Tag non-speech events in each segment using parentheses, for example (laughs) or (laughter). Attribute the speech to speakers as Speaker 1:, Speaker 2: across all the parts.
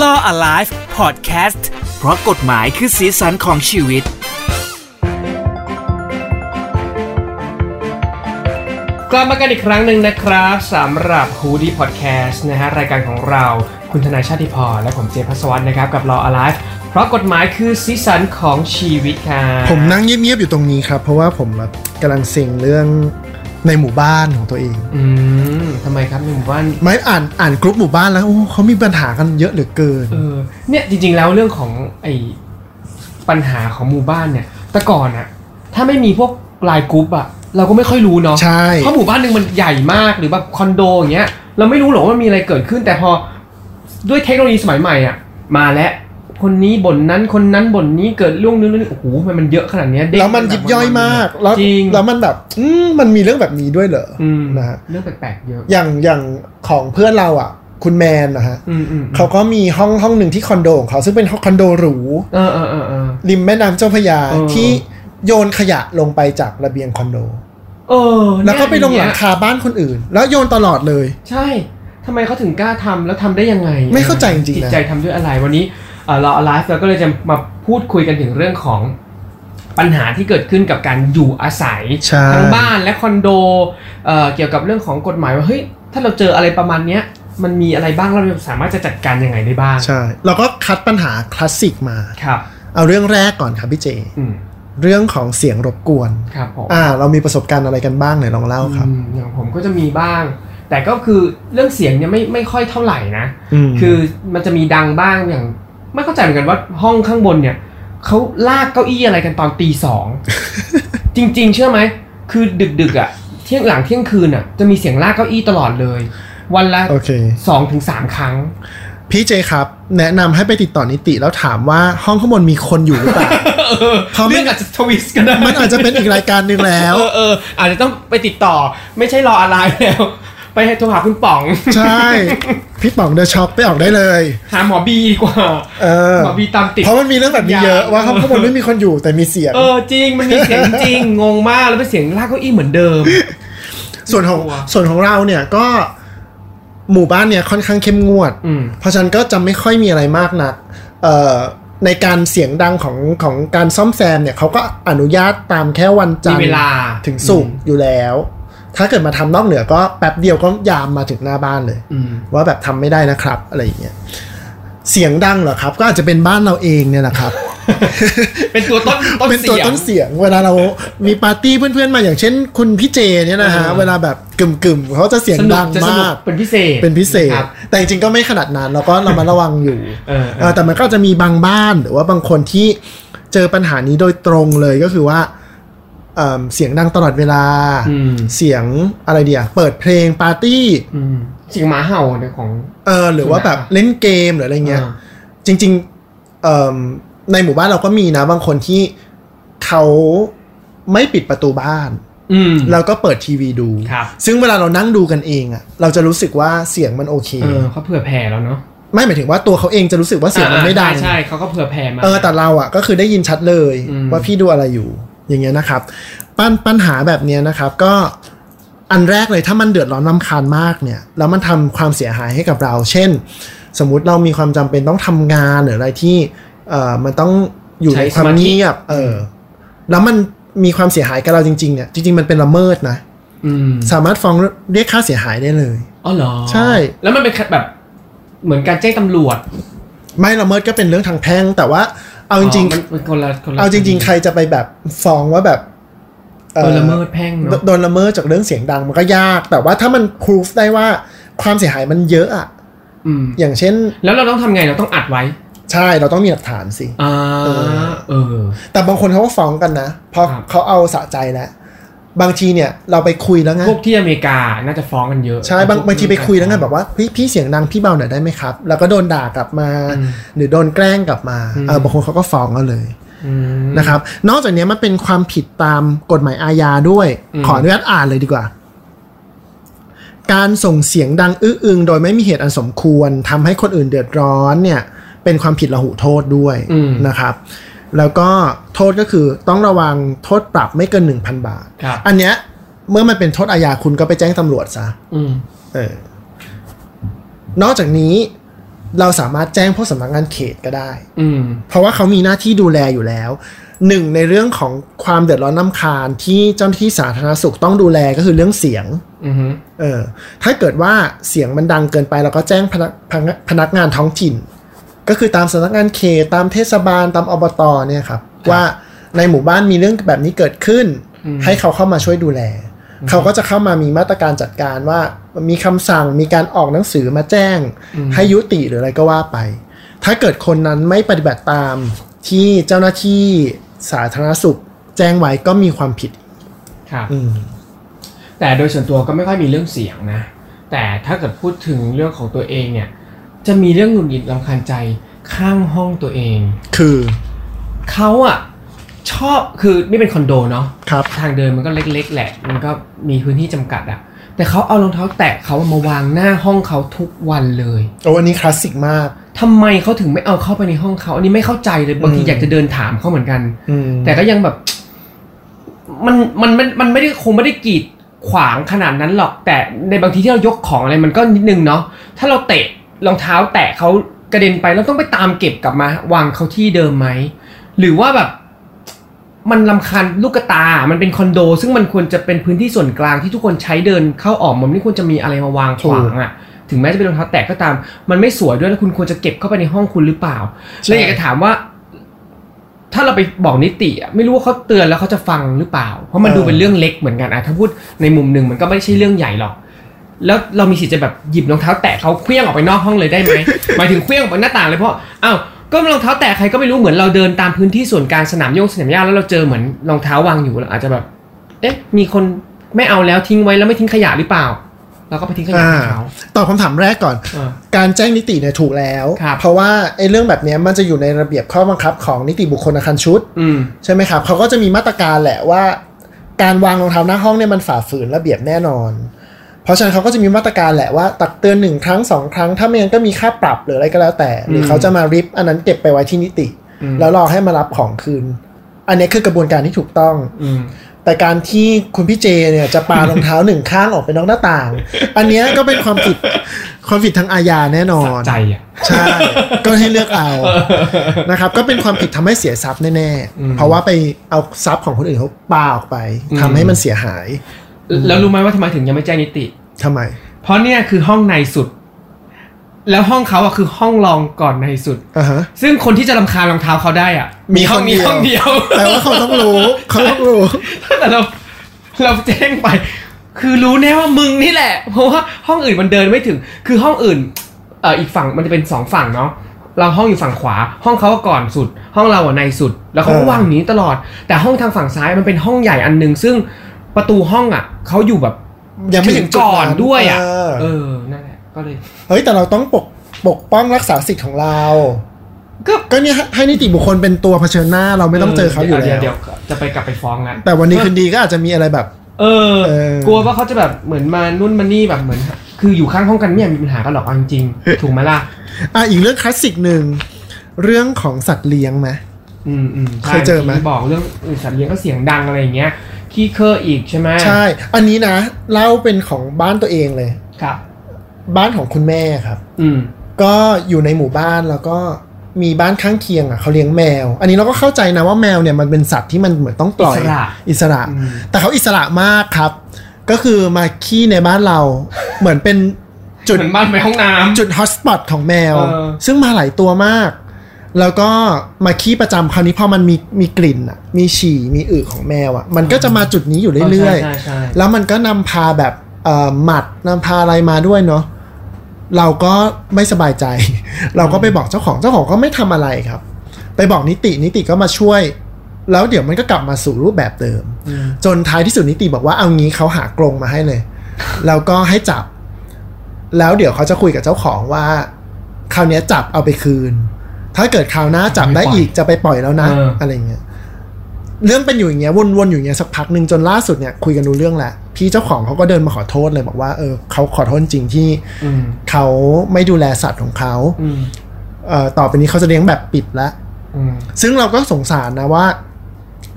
Speaker 1: Law Alive Podcast เพราะกฎหมายคือสีสันของชีวิต
Speaker 2: กลับมากันอีกครั้งหนึ่งนะครับสำหรับฮูดี้พอดแคสต์นะฮะรายการของเราคุณทนายชาติพรและผมเจพัสวัตนะครับกับ Law Alive เพราะกฎหมายคือสีสันของชีวิตค่ะ
Speaker 3: ผมนั่งเงียบๆอยู่ตรงนี้ครับ เพราะว่าผมแบบกำลังเซ็งเรื่องในหมู่บ้านของตัวเอง
Speaker 2: อืมทำไมครับในหมู่บ้าน
Speaker 3: ไม่อ่านอ่านกรุ๊ปหมู่บ้านแล้วโอ้เขามีปัญหากันเยอะเหลือเกิน
Speaker 2: เออเนี่ยจริงๆแล้วเรื่องของไอ้ปัญหาของหมู่บ้านเนี่ยแต่ก่อนอะถ้าไม่มีพวกไลน์กรุ๊ปอะเราก็ไม่ค่อยรู้เนาะ
Speaker 3: ใช่
Speaker 2: เพราะหมู่บ้านหนึ่งมันใหญ่มากหรือแบบคอนโดอย่างเงี้ยเราไม่รู้หรอกว่ามันมีอะไรเกิดขึ้น แต่พอด้วยเทคโนโลยีสมัยใหม่อ่ะมาแล้ว คนนี้บ่นนั้นคนนั้นบ่นนี้เกิดเรื่องนู้นเรื่องนี้โอ้โหทำไมันมันเยอะขนาดเนี้ยเด้ง
Speaker 3: แล้วมันยิบย่อยมาก แล้ว
Speaker 2: จริง
Speaker 3: แล้วมันแบบอืมมันมีเรื่องแบบนี้ด้วยเหรออ
Speaker 2: อืม
Speaker 3: นะฮะ
Speaker 2: เรื่องแปลกๆเยอะ
Speaker 3: อย่างอย่างของเพื่อนเราอ่ะ คุณแมนนะฮะ
Speaker 2: อืมอืม
Speaker 3: เขาก็มีห้องห้องหนึ่งที่คอนโดของเขาซึ่งเป็นคอนโดหรู
Speaker 2: เออเออเออเออ
Speaker 3: ริมแม่น้ำเจ้าพระยา
Speaker 2: เออ
Speaker 3: ที่โยนขยะลงไปจากระเบียงคอนโด
Speaker 2: เออ
Speaker 3: แล้วก็ไปลงห
Speaker 2: เนี่ย
Speaker 3: ลังคาบ้านคนอื่น แล้วโยนตลอดเลย
Speaker 2: ใช่ทำไมเขาถึงกล้าทำแล้วทำได้ยังไง
Speaker 3: ไม่เข้าใจจริงๆนะ
Speaker 2: จิตใจทำด้วยอะไรวันนี้เอ่อเราไลฟ์เราก็เลยจะมาพูดคุยกันถึงเรื่องของปัญหาที่เกิดขึ้นกับการอยู่อาศัย
Speaker 3: ใช่
Speaker 2: ทั้งบ้านและคอนโดเอ่อเกี่ยวกับเรื่องของกฎหมายว่าเฮ้ยถ้าเราเจออะไรประมาณเนี้ยมันมีอะไรบ้างเราสามารถจะจัดการยังไงได้บ้าง
Speaker 3: ใช่เราก็คัดปัญหาคลาสสิกมา
Speaker 2: ครับ
Speaker 3: เอาเรื่องแรกก่อนครับพี่เจ
Speaker 2: อืม
Speaker 3: เรื่องของเสียงรบกวน
Speaker 2: ครับผม
Speaker 3: อ่า เรามีประสบการณ์อะไรกันบ้างไหนลองเล่าครับ
Speaker 2: อืมอย่างผมก็จะมีบ้าง แต่ก็คือเรื่องเสียงเนี่ยไม่ไม่ค่อยเท่าไหร่นะ
Speaker 3: ม
Speaker 2: คือมันจะมีดังบ้างอย่าง ไม่เข้าใจเหมือนกันว่าห้องข้างบนเนี่ยเขาลากเก้าอี้อะไรกันตอนตีส
Speaker 3: (laughs)
Speaker 2: อง จริง ๆ เชื่อไหม คือดึกๆอ่ะเที่ยงหลังเที่ยงคืนอ่ะจะมีเสียงลากเก้าอี้ตลอดเลย วันละ
Speaker 3: โอเค
Speaker 2: สองถึงสามครั้ง
Speaker 3: พี่เจครับ แนะนำให้ไปติดต่อนิติแล้วถามว่าห้องข้างบนมีคนอยู่หรือเป
Speaker 2: (laughs)
Speaker 3: ล่า เพราะไม่
Speaker 2: เรื่องอาจจะทวิสต์ก็ได้
Speaker 3: มันอาจจะเป็นอีกรายการหนึ่งแล้ว
Speaker 2: (laughs) เออเอออาจจะต้องไปติดต่อไม่ใช่รออะไรแล้ว (laughs) ไปให้โทรหาคุณป๋อง
Speaker 3: ใช่ พี่ป๋องเดอะช็อปไปออกได้เลย
Speaker 2: หาหมอบีดีกว่า
Speaker 3: เออ
Speaker 2: หมอบีตามติด
Speaker 3: เพราะมันมีเรื่องแบบนี้เยอะว่าห้องข้างบนไม่มีคนอยู่แต่มีเสียง
Speaker 2: เออจริงมันมีเสียงจริง งงมากแล้วเป็นเสียงลากเก้าอี้เหมือนเดิม
Speaker 3: ส่วนของ
Speaker 2: กลัว
Speaker 3: ส่วนของเราเนี่ยก็หมู่บ้านเนี่ยค่อนข้างเข้มงวด
Speaker 2: อืม
Speaker 3: เพราะฉะนั้นก็จะไม่ค่อยมีอะไรมากนักเอ่อในการเสียงดังของของการซ่อมแซมเนี่ยเขาก็อนุญาตตามแค่วันจันท
Speaker 2: มี
Speaker 3: ร์
Speaker 2: เวลา
Speaker 3: ถึงสุกร์อยู่แล้ว ถ้าเกิดมาทำนอกเหนือก็แป๊บเดียวก็ยามมาถึงหน้าบ้านเลย
Speaker 2: อืม
Speaker 3: ว่าแบบทำไม่ได้นะครับอะไรอย่างเงี้ยเสียงดังเหรอครับ ก็อาจจะเป็นบ้านเราเองเนี่ยแหละครับ
Speaker 2: เป็นตัวต้น (laughs) ต้น
Speaker 3: เป็น
Speaker 2: เสี
Speaker 3: ตัวย
Speaker 2: ง
Speaker 3: ต้นเสียงเวลาเรามีปาร์ตี้เพื่อนๆมาอย่างเช่น คุณพี่เจเนี่ยนะฮะ
Speaker 2: เออ
Speaker 3: เวลาแบบกึ่มๆเขาจะเสียง
Speaker 2: สนุก
Speaker 3: ดัง
Speaker 2: จะสนุก
Speaker 3: มาก
Speaker 2: เป็นพิเศษ
Speaker 3: เป็นพิเศษ
Speaker 2: ครับ
Speaker 3: แต่จริงๆก็ไม่ขนาดนั้นเราก็เรามาระวังอยู่
Speaker 2: เออเอ
Speaker 3: เออ
Speaker 2: อ
Speaker 3: แต่มันก็จะมีบางบ้านหรือว่าบางคนที่เจอปัญหานี้โดยตรงเลยก็คือว่าเอิ่มเสียงดังตลอดเวลา
Speaker 2: อืม
Speaker 3: เสียงอะไรเดียเปิดเพลงปาร์ตี้
Speaker 2: อืมเสียงหมาเห่าเนี่ยของ
Speaker 3: เออหรือว่าแบบเล่นเกมหรืออะไรเงี้ย จริงๆเอิ่มในหมู่บ้านเราก็มีนะ บางคนที่เขาไม่ปิดประตูบ้าน
Speaker 2: อืม
Speaker 3: แล้วก็เปิดทีวีดู
Speaker 2: ครับ
Speaker 3: ซึ่งเวลาเรานั่งดูกันเองอะเราจะรู้สึกว่าเสียงมันโอเค
Speaker 2: เออเขาเผื่อแผ่แล้วเนาะ
Speaker 3: ไม่หมายถึงว่าตัวเขาเองจะรู้สึกว่าเสียงมันไม่ดัง
Speaker 2: อ่าใช่ใช่เขาก็เผื่อแผ่มา
Speaker 3: เออแต่เราอ่ะก็คือได้ยินชัดเลย
Speaker 2: อืม
Speaker 3: ว่าพี่ดูอะไรอยู่อย่างเงี้ยนะครับปัญปัญหาแบบเนี้ยนะครับก็อันแรกเลยถ้ามันเดือดร้อนรำคาญมากเนี่ยแล้วมันทำความเสียหายให้กับเรา เช่น สมมุติเรามีความจำเป็นต้องทำงานหรืออะไรที่เอ่อมันต้องอยู่ในความเงียบเออแล้วมันมีความเสียหายกับเราจริงๆเนี่ยจริงๆมันเป็นละเมิดนะ
Speaker 2: อืม
Speaker 3: สามารถฟ้องเรียกค่าเสียหายได้เลย
Speaker 2: อ๋อเหรอ
Speaker 3: ใช่
Speaker 2: แล้วมันเป็นแบบเหมือนการแจ้งตำรวจ
Speaker 3: ไม่ละเมิดก็เป็นเรื่องทางแพ่งแต่ว่าเอาจริง
Speaker 2: อ๋อมันมันคนละคน
Speaker 3: ๆ
Speaker 2: ละ
Speaker 3: เอาจริง ๆ ใครจะไปแบบฟ้องว่าแบบ
Speaker 2: โด
Speaker 3: อ่อ
Speaker 2: นละเมิดแพ่ง
Speaker 3: โด
Speaker 2: เนาะ
Speaker 3: โดนละเมิดจากเรื่องเสียงดังมันก็ยาก แต่ว่าถ้ามันพิสูจได้ว่าความเสียหายมันเยอะอะ
Speaker 2: อืม
Speaker 3: อย่างเช่น
Speaker 2: แล้วเราต้องทำไงเราต้องอัดไว้
Speaker 3: ใช่เราต้องมีหลักฐานสิ
Speaker 2: อ่า
Speaker 3: เออ
Speaker 2: เออ
Speaker 3: แต่บางคนเขาก็ฟ้องกันนะเพราะ
Speaker 2: ครับ
Speaker 3: เขาเอาสะใจแล้วบางทีเนี่ยเราไปคุยแล้วไง
Speaker 2: พวกที่อเมริกาน่าจะฟ้องกันเยอะ
Speaker 3: ใช่บาง
Speaker 2: พวก
Speaker 3: บางทีไปคุยแล้วไงแบบว่าพี่พี่เสียงดังพี่เบาหน่อยได้ไหมครับ แล้วก็โดนด่ากลับมา
Speaker 2: อืม
Speaker 3: หรือโดนแกล้งกลับมา
Speaker 2: อืม
Speaker 3: เออบางคนเขาก็ฟ้องกันเลย
Speaker 2: อืม
Speaker 3: นะครับ นอกจากเนี้ยมันเป็นความผิดตามกฎหมายอาญาด้วย
Speaker 2: อืม
Speaker 3: ขออนุญาตอ่านเลยดีกว่า การส่งเสียงดังอื้ออึงโดยไม่มีเหตุอันสมควรทำให้คนอื่นเดือดร้อนเนี่ย เป็นความผิดละหุโทษด้วย
Speaker 2: อืม
Speaker 3: นะครับ แล้วก็โทษก็คือต้องระวังโทษปรับไม่เกิน 1,000 บาท
Speaker 2: ครับ
Speaker 3: อันเนี้ยเมื่อมันเป็นโทษอาญาคุณก็ไปแจ้งตำรวจซะ
Speaker 2: อืม
Speaker 3: เออ นอกจากนี้ เราสามารถแจ้งพวกสำนักงานเขตก็ได้
Speaker 2: อืม
Speaker 3: เพราะว่าเขามีหน้าที่ดูแลอยู่แล้วหนึ่งในเรื่องของความเดือดร้อนนำคาญที่เจ้าหน้าที่สาธารณสุขต้องดูแลก็คือเรื่องเสียง
Speaker 2: อือฮึ
Speaker 3: เออถ้าเกิดว่าเสียงมันดังเกินไปเราก็แจ้งพนักพนักพนักงานท้องถิ่น ก็คือตามสำนักงานเขตตามเทศบาลตามอบตเนี่ยครับว่าในหมู่บ้านมีเรื่องแบบนี้เกิดขึ้น ให้เขาเข้ามาช่วยดูแล เขาก็จะเข้ามามีมาตรการจัดการว่ามีคำสั่งมีการออกหนังสือมาแจ้ง ให้ยุติหรืออะไรก็ว่าไป ถ้าเกิดคนนั้นไม่ปฏิบัติตามที่เจ้าหน้าที่สาธารณสุข แจ้งไว้ก็มีความผิด
Speaker 2: ครับ
Speaker 3: อืม
Speaker 2: แต่โดยส่วนตัวก็ไม่ค่อยมีเรื่องเสียงนะ แต่ถ้าเกิดพูดถึงเรื่องของตัวเองเนี่ย จะมีเรื่องหงุดหงิดลำคาญใจข้างห้องตัวเอง
Speaker 3: คือ
Speaker 2: เขาอะชอบคือนี่เป็นคอนโดเนาะ
Speaker 3: ครับ
Speaker 2: ทางเดินมันก็เล็ก ๆ แหละ มันก็มีพื้นที่จำกัดอะแต่เขาเอารองเท้าแตะเขามาวางหน้าห้องเขาทุกวันเลย
Speaker 3: โอ้วันนี้คลาสสิกมาก
Speaker 2: ทำไมเขาถึงไม่เอาเข้าไปในห้องเขาอันนี้ไม่เข้าใจเลยบางที
Speaker 3: อืม
Speaker 2: อยากจะเดินถามเขาเหมือนกัน
Speaker 3: อืม
Speaker 2: แต่ก็ยังแบบ มันมันมันมันไม่ได้คงไม่ได้กีดขวางขนาดนั้นหรอก แต่ในบางทีที่เรายกของอะไรมันก็นิดนึงเนาะถ้าเราเตะรองเท้าแตะเขากระเด็นไปเราต้องไปตามเก็บกลับมาวางเขาที่เดิมไหมหรือว่าแบบ มันลำคาญลูกกระตา มันเป็นคอนโด ซึ่งมันควรจะเป็นพื้นที่ส่วนกลางที่ทุกคนใช้เดินเข้าออกมันไม่ควรจะมีอะไรมาวางขวางอะถึงแม้จะเป็นรองเท้าแตะก็ตาม มันไม่สวยด้วยแล้วคุณควรจะเก็บเข้าไปในห้องคุณหรือเปล่า
Speaker 3: ใช่
Speaker 2: เลยอยากจะถามว่า ถ้าเราไปบอกนิติอะไม่รู้ว่าเขาเตือนแล้วเขาจะฟังหรือเปล่า เพราะมันดูเป็นเรื่องเล็กเหมือนกันอะถ้าพูดในมุมหนึ่งมันก็ไม่ใช่เรื่องใหญ่หรอก แล้วเรามีสิทธิ์จะแบบหยิบรองเท้าแตะเขาเคลี้ยงออกไปนอกห้องเลยได้ไหม (laughs) หมายถึงเคลี้ยงออกไปหน้าต่างเลยเพราะอ้าวก็รองเท้าแตะใครก็ไม่รู้เหมือนเราเดินตามพื้นที่ส่วนกลางสนามโยงสนามหญ้าแล้วเราเจอเหมือนรองเท้าวางอยู่เราอาจจะแบบ เอ๊ะ มีคนไม่เอาแล้วทิ้งไว้แล้วไม่ทิ้งขยะหรือเปล่าเราก็ไปทิ้งขยะให้เขา
Speaker 3: ตอบคำถามแรกก่อน
Speaker 2: เออ
Speaker 3: การแจ้งนิติเนี่ยถูกแล้ว
Speaker 2: ครับ
Speaker 3: เพราะว่าไอ้เรื่องแบบเนี้ยมันจะอยู่ในระเบียบข้อบังคับของนิติบุคคลอาคารชุด
Speaker 2: อืม
Speaker 3: ใช่ไหมครับ เขาก็จะมีมาตรการแหละว่า การวางรองเท้าหน้าห้องเนี่ยมันฝ่าฝืนระเบียบแน่นอน เพราะฉะนั้นเขาก็จะมีมาตรการแหละว่าตักเตือนหนึ่งครั้งสองครั้ง ถ้าไม่งั้นก็มีค่าปรับหรืออะไรก็แล้วแต่ หรือ
Speaker 2: ม
Speaker 3: เขาจะมาริบอันนั้นเก็บไปไว้ที่นิติ
Speaker 2: อืม
Speaker 3: แล้วรอให้มารับของคืน อันเนี้ยคือกระบวนการที่ถูกต้อง
Speaker 2: อืม
Speaker 3: แต่การที่คุณพี่เจเนี่ยจะปารองเท้าหนึ่งข้างออกไปนอกหน้า
Speaker 2: (laughs)
Speaker 3: ต่าง อันเนี้ยก็เป็นความผิดความผิดทางอาญาแน่นอ
Speaker 2: สะ
Speaker 3: น
Speaker 2: ใจอ่ะ
Speaker 3: ใช่ ก็ให้เลือกเอานะครับ ก็เป็นความผิดทำให้เสียทรัพย์แน่
Speaker 2: อืม
Speaker 3: ๆ เพราะว่าไปเอาทรัพย์ของคนอื่นเขาปาออกไป
Speaker 2: อืม
Speaker 3: ทำให้มันเสียหาย
Speaker 2: แล้วรู้ไหมว่าทำไมถึงยังไม่แจ้งนิติ
Speaker 3: ทำไม
Speaker 2: เพราะเนี่ยคือห้องในสุด แล้วห้องเขาอะคือห้องรองก่อนในสุด
Speaker 3: อ่าฮะ
Speaker 2: ซึ่งคนที่จะรำคาญรองเท้าเขาได้อ่ะ
Speaker 3: มี
Speaker 2: ห้อง
Speaker 3: คนเดี
Speaker 2: มี
Speaker 3: ยว
Speaker 2: ห้องเดียว
Speaker 3: แปลว่าเขาต้องรู้ เขาต้องรู้
Speaker 2: แต่เราเราแจ้งไป คือรู้แน่ว่ามึงนี่แหละ เพราะว่าห้องอื่นมันเดินไม่ถึง คือห้องอื่นเอ่ออีกฝั่งมันจะเป็นสองฝั่งเนาะเราห้องอยู่ฝั่งขวา ห้องเขาก็ก่อนสุด ห้องเราอ่ะในสุด แล้วเขาก็
Speaker 3: เออ
Speaker 2: ว่างหนีตลอด แต่ห้องทางฝั่งซ้ายมันเป็นห้องใหญ่อันหนึ่งซึ่งประตูห้องอ่ะเขาอยู่แบบ
Speaker 3: ยังไม่ถึงจุด
Speaker 2: ก่อนด้วยอ่ะ
Speaker 3: เ
Speaker 2: เออนั่นแหละก็เลย
Speaker 3: เฮ้ย แต่เราต้องปกปกป้องรักษาสิทธิ์ของเรา
Speaker 2: ก็
Speaker 3: ก็เนี่ยให้นิติบุคคลเป็นตัวเผชิญหน้าเราไม่ต้องเจอเขาอยู่
Speaker 2: ดี๋
Speaker 3: แล้
Speaker 2: เดี๋ยว วจะไปกลับไปฟ้องแล้ว
Speaker 3: แต่วันนี้คืนดีก็อาจจะมีอะไรแบบ
Speaker 2: เออ
Speaker 3: เออ
Speaker 2: กลัวว่าเขาจะแบบเหมือนมานุ่นมานี่แบบเหมือน คืออยู่ข้างห้องกันไม่อยากมีปัญหากันหรอกเอาจริงๆถูกไหมล่ะ
Speaker 3: อ่ะอีกเรื่องคลาสสิกหนึ่งเรื่องของสัตว์เลี้ยงไหม
Speaker 2: อืมอืมใช่
Speaker 3: เคยเจอไหม
Speaker 2: ที่บอกเรื่องสัตว์เลี้ยงก็เสียงดังอะไรอย่างเงี้ยขี้เคออีกใช่ไหม
Speaker 3: ใช่ อันนี้นะเล่าเป็นของบ้านตัวเองเลย
Speaker 2: ครับ
Speaker 3: บ้านของคุณแม่ครับ
Speaker 2: อืม
Speaker 3: ก็อยู่ในหมู่บ้านแล้วก็มีบ้านข้างเคียงอ่ะเขาเลี้ยงแมว อันนี้เราก็เข้าใจนะว่าแมวเนี่ยมันเป็นสัตว์ที่มันเหมือนต้องปล่อย
Speaker 2: อิสระ
Speaker 3: อิสระ
Speaker 2: อืม
Speaker 3: แต่เขาอิสระมากครับ ก็คือมาขี้ในบ้านเรา เหมือนเป็นจุด
Speaker 2: เหมือนบ้านไปห้องน้ำ
Speaker 3: จุดฮอตสปอตของแมว
Speaker 2: เออ
Speaker 3: ซึ่งมาหลายตัวมาก แล้วก็มาขี้ประจำคราวนี้พอมันมีมีกลิ่นอ่ะมีฉี่มีอึของแมวอ่ะมันก็จะมาจุดนี้อยู่เรื่อย ๆ
Speaker 2: ใช่ใช่ใช่
Speaker 3: แล้วมันก็นำพาแบบเอ่อหมัดนำพาอะไรมาด้วยเนาะเราก็ไม่สบายใจ (laughs) เราก็ไปบอกเจ้าของเจ้าของก็ไม่ทำอะไรครับ ไปบอกนิตินิติก็มาช่วย แล้วเดี๋ยวมันก็กลับมาสู่รูปแบบเดิม
Speaker 2: อืม
Speaker 3: จนท้ายที่สุดนิติบอกว่าเอางี้เขาหากรงมาให้เลย แล้วก็ให้จับ แล้วเดี๋ยวเขาจะคุยกับเจ้าของว่าคราวเนี้ยจับเอาไปคืน ถ้าเกิดคราวหน้าจับได้อีกจะไปปล่อยแล้วนะอะไรอย่างเงี้ย เรื่องเป็นอยู่อย่างเงี้ยวนๆอยู่อย่างเงี้ยสักพักหนึ่งจนล่าสุดเนี่ยคุยกันรู้เรื่องแหละพี่เจ้าของเขาก็เดินมาขอโทษเลยบอกว่าเออเขาขอโทษจริงที่
Speaker 2: อืม
Speaker 3: เขาไม่ดูแลสัตว์ของเขา
Speaker 2: อืม
Speaker 3: เอ่อต่อไปนี้เขาจะเลี้ยงแบบปิดละ
Speaker 2: อืม
Speaker 3: ซึ่งเราก็สงสารนะว่า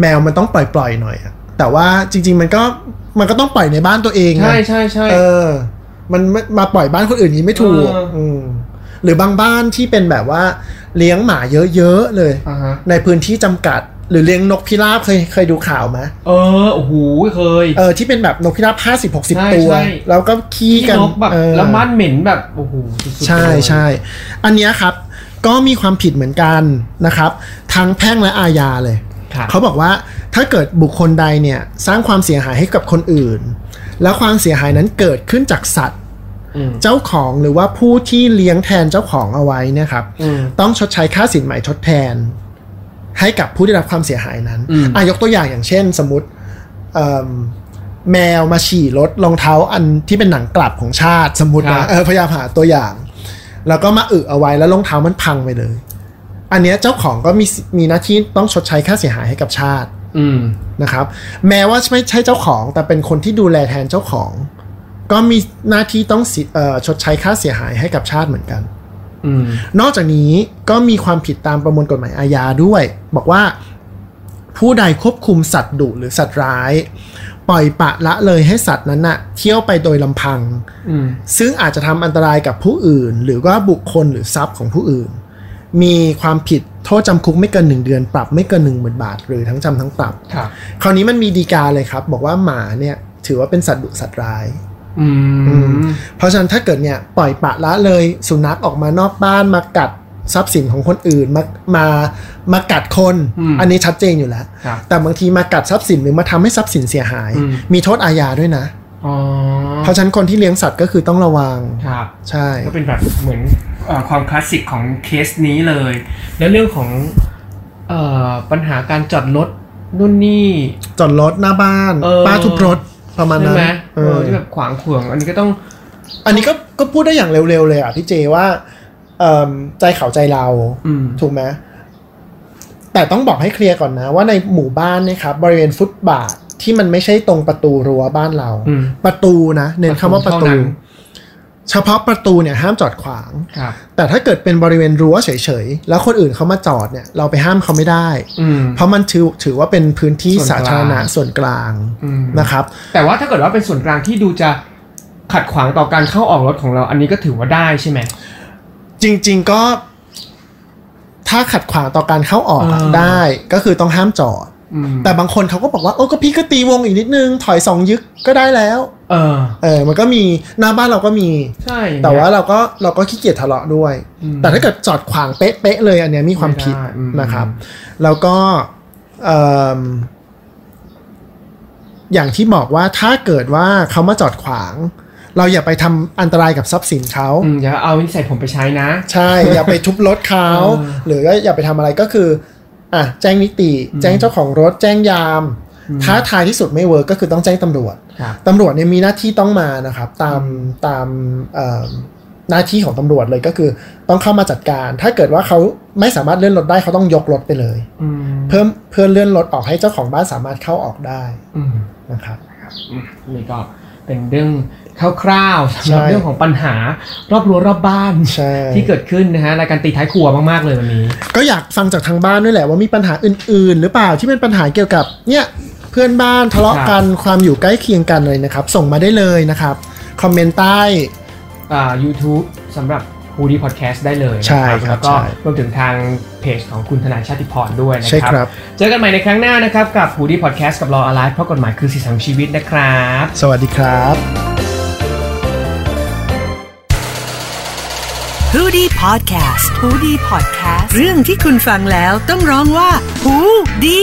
Speaker 3: แมวมันต้องปล่อยๆหน่อยอะแต่ว่าจริง ๆ มันก็มันก็ต้องปล่อยในบ้านตัวเองไง
Speaker 2: ใช่ใช่ใช่
Speaker 3: เออ มันไม่มาปล่อยบ้านคนอื่นนี้ไม่ถูก
Speaker 2: เอออื
Speaker 3: ม หรือบางบ้านที่เป็นแบบว่าเลี้ยงหมาเยอะๆเลย
Speaker 2: อ่าฮะ
Speaker 3: ในพื้นที่จำกัด หรือเลี้ยงนกพิราบเคยเคยดูข่าวไหม
Speaker 2: เออโอ้โหเคย
Speaker 3: เออที่เป็นแบบนกพิราบห้าสิบหกสิบ
Speaker 2: ใช่
Speaker 3: ตัว
Speaker 2: ใช่
Speaker 3: แล้วก็ขี้
Speaker 2: ที่
Speaker 3: กัน
Speaker 2: นกแบบ
Speaker 3: เออ
Speaker 2: แล้วมันเหม็นแบบโอ้โหสุดๆ
Speaker 3: ใช่
Speaker 2: เลย
Speaker 3: ใช่ อันเนี้ยครับก็มีความผิดเหมือนกันนะครับ ทั้งแพ่งและอาญาเลย
Speaker 2: ครับ
Speaker 3: เขาบอกว่าถ้าเกิดบุคคลใดเนี่ยสร้างความเสียหายให้กับคนอื่น แล้วความเสียหายนั้นเกิดขึ้นจากสัตว์
Speaker 2: อืม
Speaker 3: เจ้าของหรือว่าผู้ที่เลี้ยงแทนเจ้าของเอาไว้เนะครับ
Speaker 2: อืม
Speaker 3: ต้องชดใช้ค่าสินใหม่ทดแทน ให้กับผู้ได้รับความเสียหายนั้น
Speaker 2: อืม
Speaker 3: ะยกตัวอย่างอย่างเช่น สมมติเอิ่มแมวมาฉี่รถรองเท้าอันที่เป็นหนังกลับของชาติสมมตินะเออพยายามหาตัวอย่าง แล้วก็มาอึเอาไว้แล้วรองเท้ามันพังไปเลย อันเนี้ยเจ้าของก็มีสิมีหน้าที่ต้องชดใช้ค่าเสียหายให้กับชาติ
Speaker 2: อืม
Speaker 3: นะครับ แม้ว่าไม่ใช่เจ้าของ แต่เป็นคนที่ดูแลแทนเจ้าของ ก็มีหน้าที่ต้องสิเอ่อชดใช้ค่าเสียหายให้กับชาติเหมือนกัน
Speaker 2: อืม
Speaker 3: นอกจากนี้ก็มีความผิดตามประมวลกฎหมายอาญาด้วย บอกว่า ผู้ใดควบคุมสัตว์ดุหรือสัตว์ร้าย ปล่อยปละละเลยให้สัตว์นั้นน่ะเที่ยวไปโดยลำพัง
Speaker 2: อืม
Speaker 3: ซึ่งอาจจะทำอันตรายกับผู้อื่น หรือว่าบุคคลหรือทรัพย์ของผู้อื่น มีความผิดโทษจำคุกไม่เกิน 1 เดือน ปรับไม่เกิน 1 0,000 บาท หรือทั้งจำทั้งปรับ
Speaker 2: ครับ
Speaker 3: คราวนี้มันมีดีกาเลยครับ บอกว่าหมาเนี่ยถือว่าเป็นสัตว์ดุสัตว์ร้าย
Speaker 2: อืม
Speaker 3: เพราะฉะนั้นถ้าเกิดเนี่ยปล่อยปละละเลยสุนัขออกมานอกบ้านมากัดทรัพย์สินของคนอื่นมามามากัดคน อันนี้ชัดเจนอยู่แล้ว
Speaker 2: ครับ
Speaker 3: แต่บางทีมากัดทรัพย์สินหรือมาทำให้ทรัพย์สินเสียหาย
Speaker 2: อืม
Speaker 3: มีโทษอาญาด้วยนะ
Speaker 2: อ๋อ
Speaker 3: เพราะฉะนั้นคนที่เลี้ยงสัตว์ก็คือต้องระวัง
Speaker 2: ครับ
Speaker 3: ใช่
Speaker 2: ก็เป็นแบบเหมือนเออความคลาสสิกของเคสนี้เลย แล้วเรื่องของเออปัญหาการจอดรถนู่นนี่
Speaker 3: จอดรถหน้าบ้าน
Speaker 2: เออ
Speaker 3: ป้าทุบรถประมาณ
Speaker 2: ใช่
Speaker 3: นั้น
Speaker 2: ไหม
Speaker 3: เอ
Speaker 2: เอ
Speaker 3: อ
Speaker 2: อที่แบบขวางขวางอันนี้ก็ต้อง
Speaker 3: อันนี้ก็ก็พูดได้อย่างเร็วๆเลยอ่ะพี่เจว่าเอิ่มใจเขาใจเรา
Speaker 2: อืม
Speaker 3: ถูกไหมแต่ต้องบอกให้เคลียร์ก่อนนะ ว่าในหมู่บ้านเนะครับบริเวณฟุตบาทที่มันไม่ใช่ตรงประตูรั้วบ้านเรา
Speaker 2: อืม
Speaker 3: ประตูนะเน้นคำว่าประตู
Speaker 2: เท่านั้น
Speaker 3: เฉพาะประตูเนี่ยห้ามจอดขวาง
Speaker 2: ครับ
Speaker 3: แต่ถ้าเกิดเป็นบริเวณรั้วเฉยๆ แล้วคนอื่นเขามาจอดเนี่ยเราไปห้ามเขาไม่ได้
Speaker 2: อืม
Speaker 3: เพราะมันถือถือว่าเป็นพื้นที่
Speaker 2: ส่วนกลาง
Speaker 3: สาธารณะส่วนกลาง
Speaker 2: อืม
Speaker 3: นะครับ
Speaker 2: แต่ว่าถ้าเกิดว่าเป็นส่วนกลางที่ดูจะขัดขวางต่อการเข้าออกรถของเรา อันนี้ก็ถือว่าได้ใช่ไหม
Speaker 3: จริงๆก็ ถ้าขัดขวางต่อการเข้าออกอะ
Speaker 2: อ่า
Speaker 3: ได้ก็คือต้องห้ามจอด
Speaker 2: อืม
Speaker 3: แต่บางคนเขาก็บอกว่า โอ้ก็พี่ก็ตีวงอีกนิดนึง ถอยสองยึกก็ได้แล้ว
Speaker 2: เออ
Speaker 3: เออมันก็มีหน้าบ้านเราก็มี
Speaker 2: ใช่อย่งเงี้ย
Speaker 3: แต่ว่าเราก็เราก็ขี้เกียจทะเลาะด้วย
Speaker 2: อืม
Speaker 3: แต่ถ้าเกิดจอดขวางเป๊ะๆเลยอันเนี้ยมีความผิด
Speaker 2: ไม่ได้อืม
Speaker 3: นะครับ แล้วก็เอิ่มอย่างที่บอกว่าถ้าเกิดว่าเขามาจอดขวาง เราอย่าไปทำอันตรายกับทรัพย์สินเขา
Speaker 2: อืมอย่าเอานิสัยผมไปใช้นะ
Speaker 3: ใช่ อย่าไปทุบรถเขา
Speaker 2: เออ
Speaker 3: หรือว่าอย่าไปทำอะไรก็คืออ่ะแจ้งนิติ
Speaker 2: อืม
Speaker 3: แจ้งเจ้าของรถ แจ้งยาม
Speaker 2: อืม
Speaker 3: ถ้าทายที่สุดไม่เวิร์กก็คือต้องแจ้งตำรวจ
Speaker 2: ครับ
Speaker 3: ตำรวจเนี่ยมีหน้าที่ต้องมานะครับ ตามตามเอ่อหน้าที่ของตำรวจเลยก็คือต้องเข้ามาจัดการ ถ้าเกิดว่าเขาไม่สามารถเลื่อนรถได้เขาต้องยกรถไปเลย
Speaker 2: อืม
Speaker 3: เพิ่มเพื่อเลื่อนรถออกให้เจ้าของบ้านสามารถเข้าออกได้
Speaker 2: อืม
Speaker 3: นะครับ
Speaker 2: อืมนี่ก็เป็นเรื่องคร่าวๆสำหรับ
Speaker 3: ใช่
Speaker 2: เรื่องของปัญหารอบรั้วรอบบ้าน
Speaker 3: ใช่
Speaker 2: ที่เกิดขึ้นนะฮะรายการตีท้ายครัวมากๆเลยวันนี้
Speaker 3: ก็อยากฟังจากทางบ้านด้วยแหละว่ามีปัญหาอื่น ๆ หรือเปล่าที่เป็นปัญหาเกี่ยวกับเนี่ยเพื่อนบ้านทะเลาะกันความอยู่ใกล้เคียงกันเลยนะครับ ส่งมาได้เลยนะครับคอมเมนต์ใต้
Speaker 2: อ่า YouTube สำหรับฮูดีพอดแคสต์ได้เลยนะ
Speaker 3: ใช่ครับ
Speaker 2: แล้วก็
Speaker 3: ใช่
Speaker 2: รวมถึงทางเพจของคุณทนายชาติพรด้วยนะ
Speaker 3: ใช่
Speaker 2: ครั
Speaker 3: ครับ
Speaker 2: เจอกันใหม่ในครั้งหน้านะครับ กับฮูดีพอดแคสต์กับรออะไรเพราะกฎหมายคือสีสันของชีวิตนะครับ
Speaker 3: สวัสดีครับ
Speaker 4: h o ดี้พอดแคสต์ o ูดี้พอดแคสต์ เรื่องที่คุณฟังแล้วต้องร้องว่า h ูดี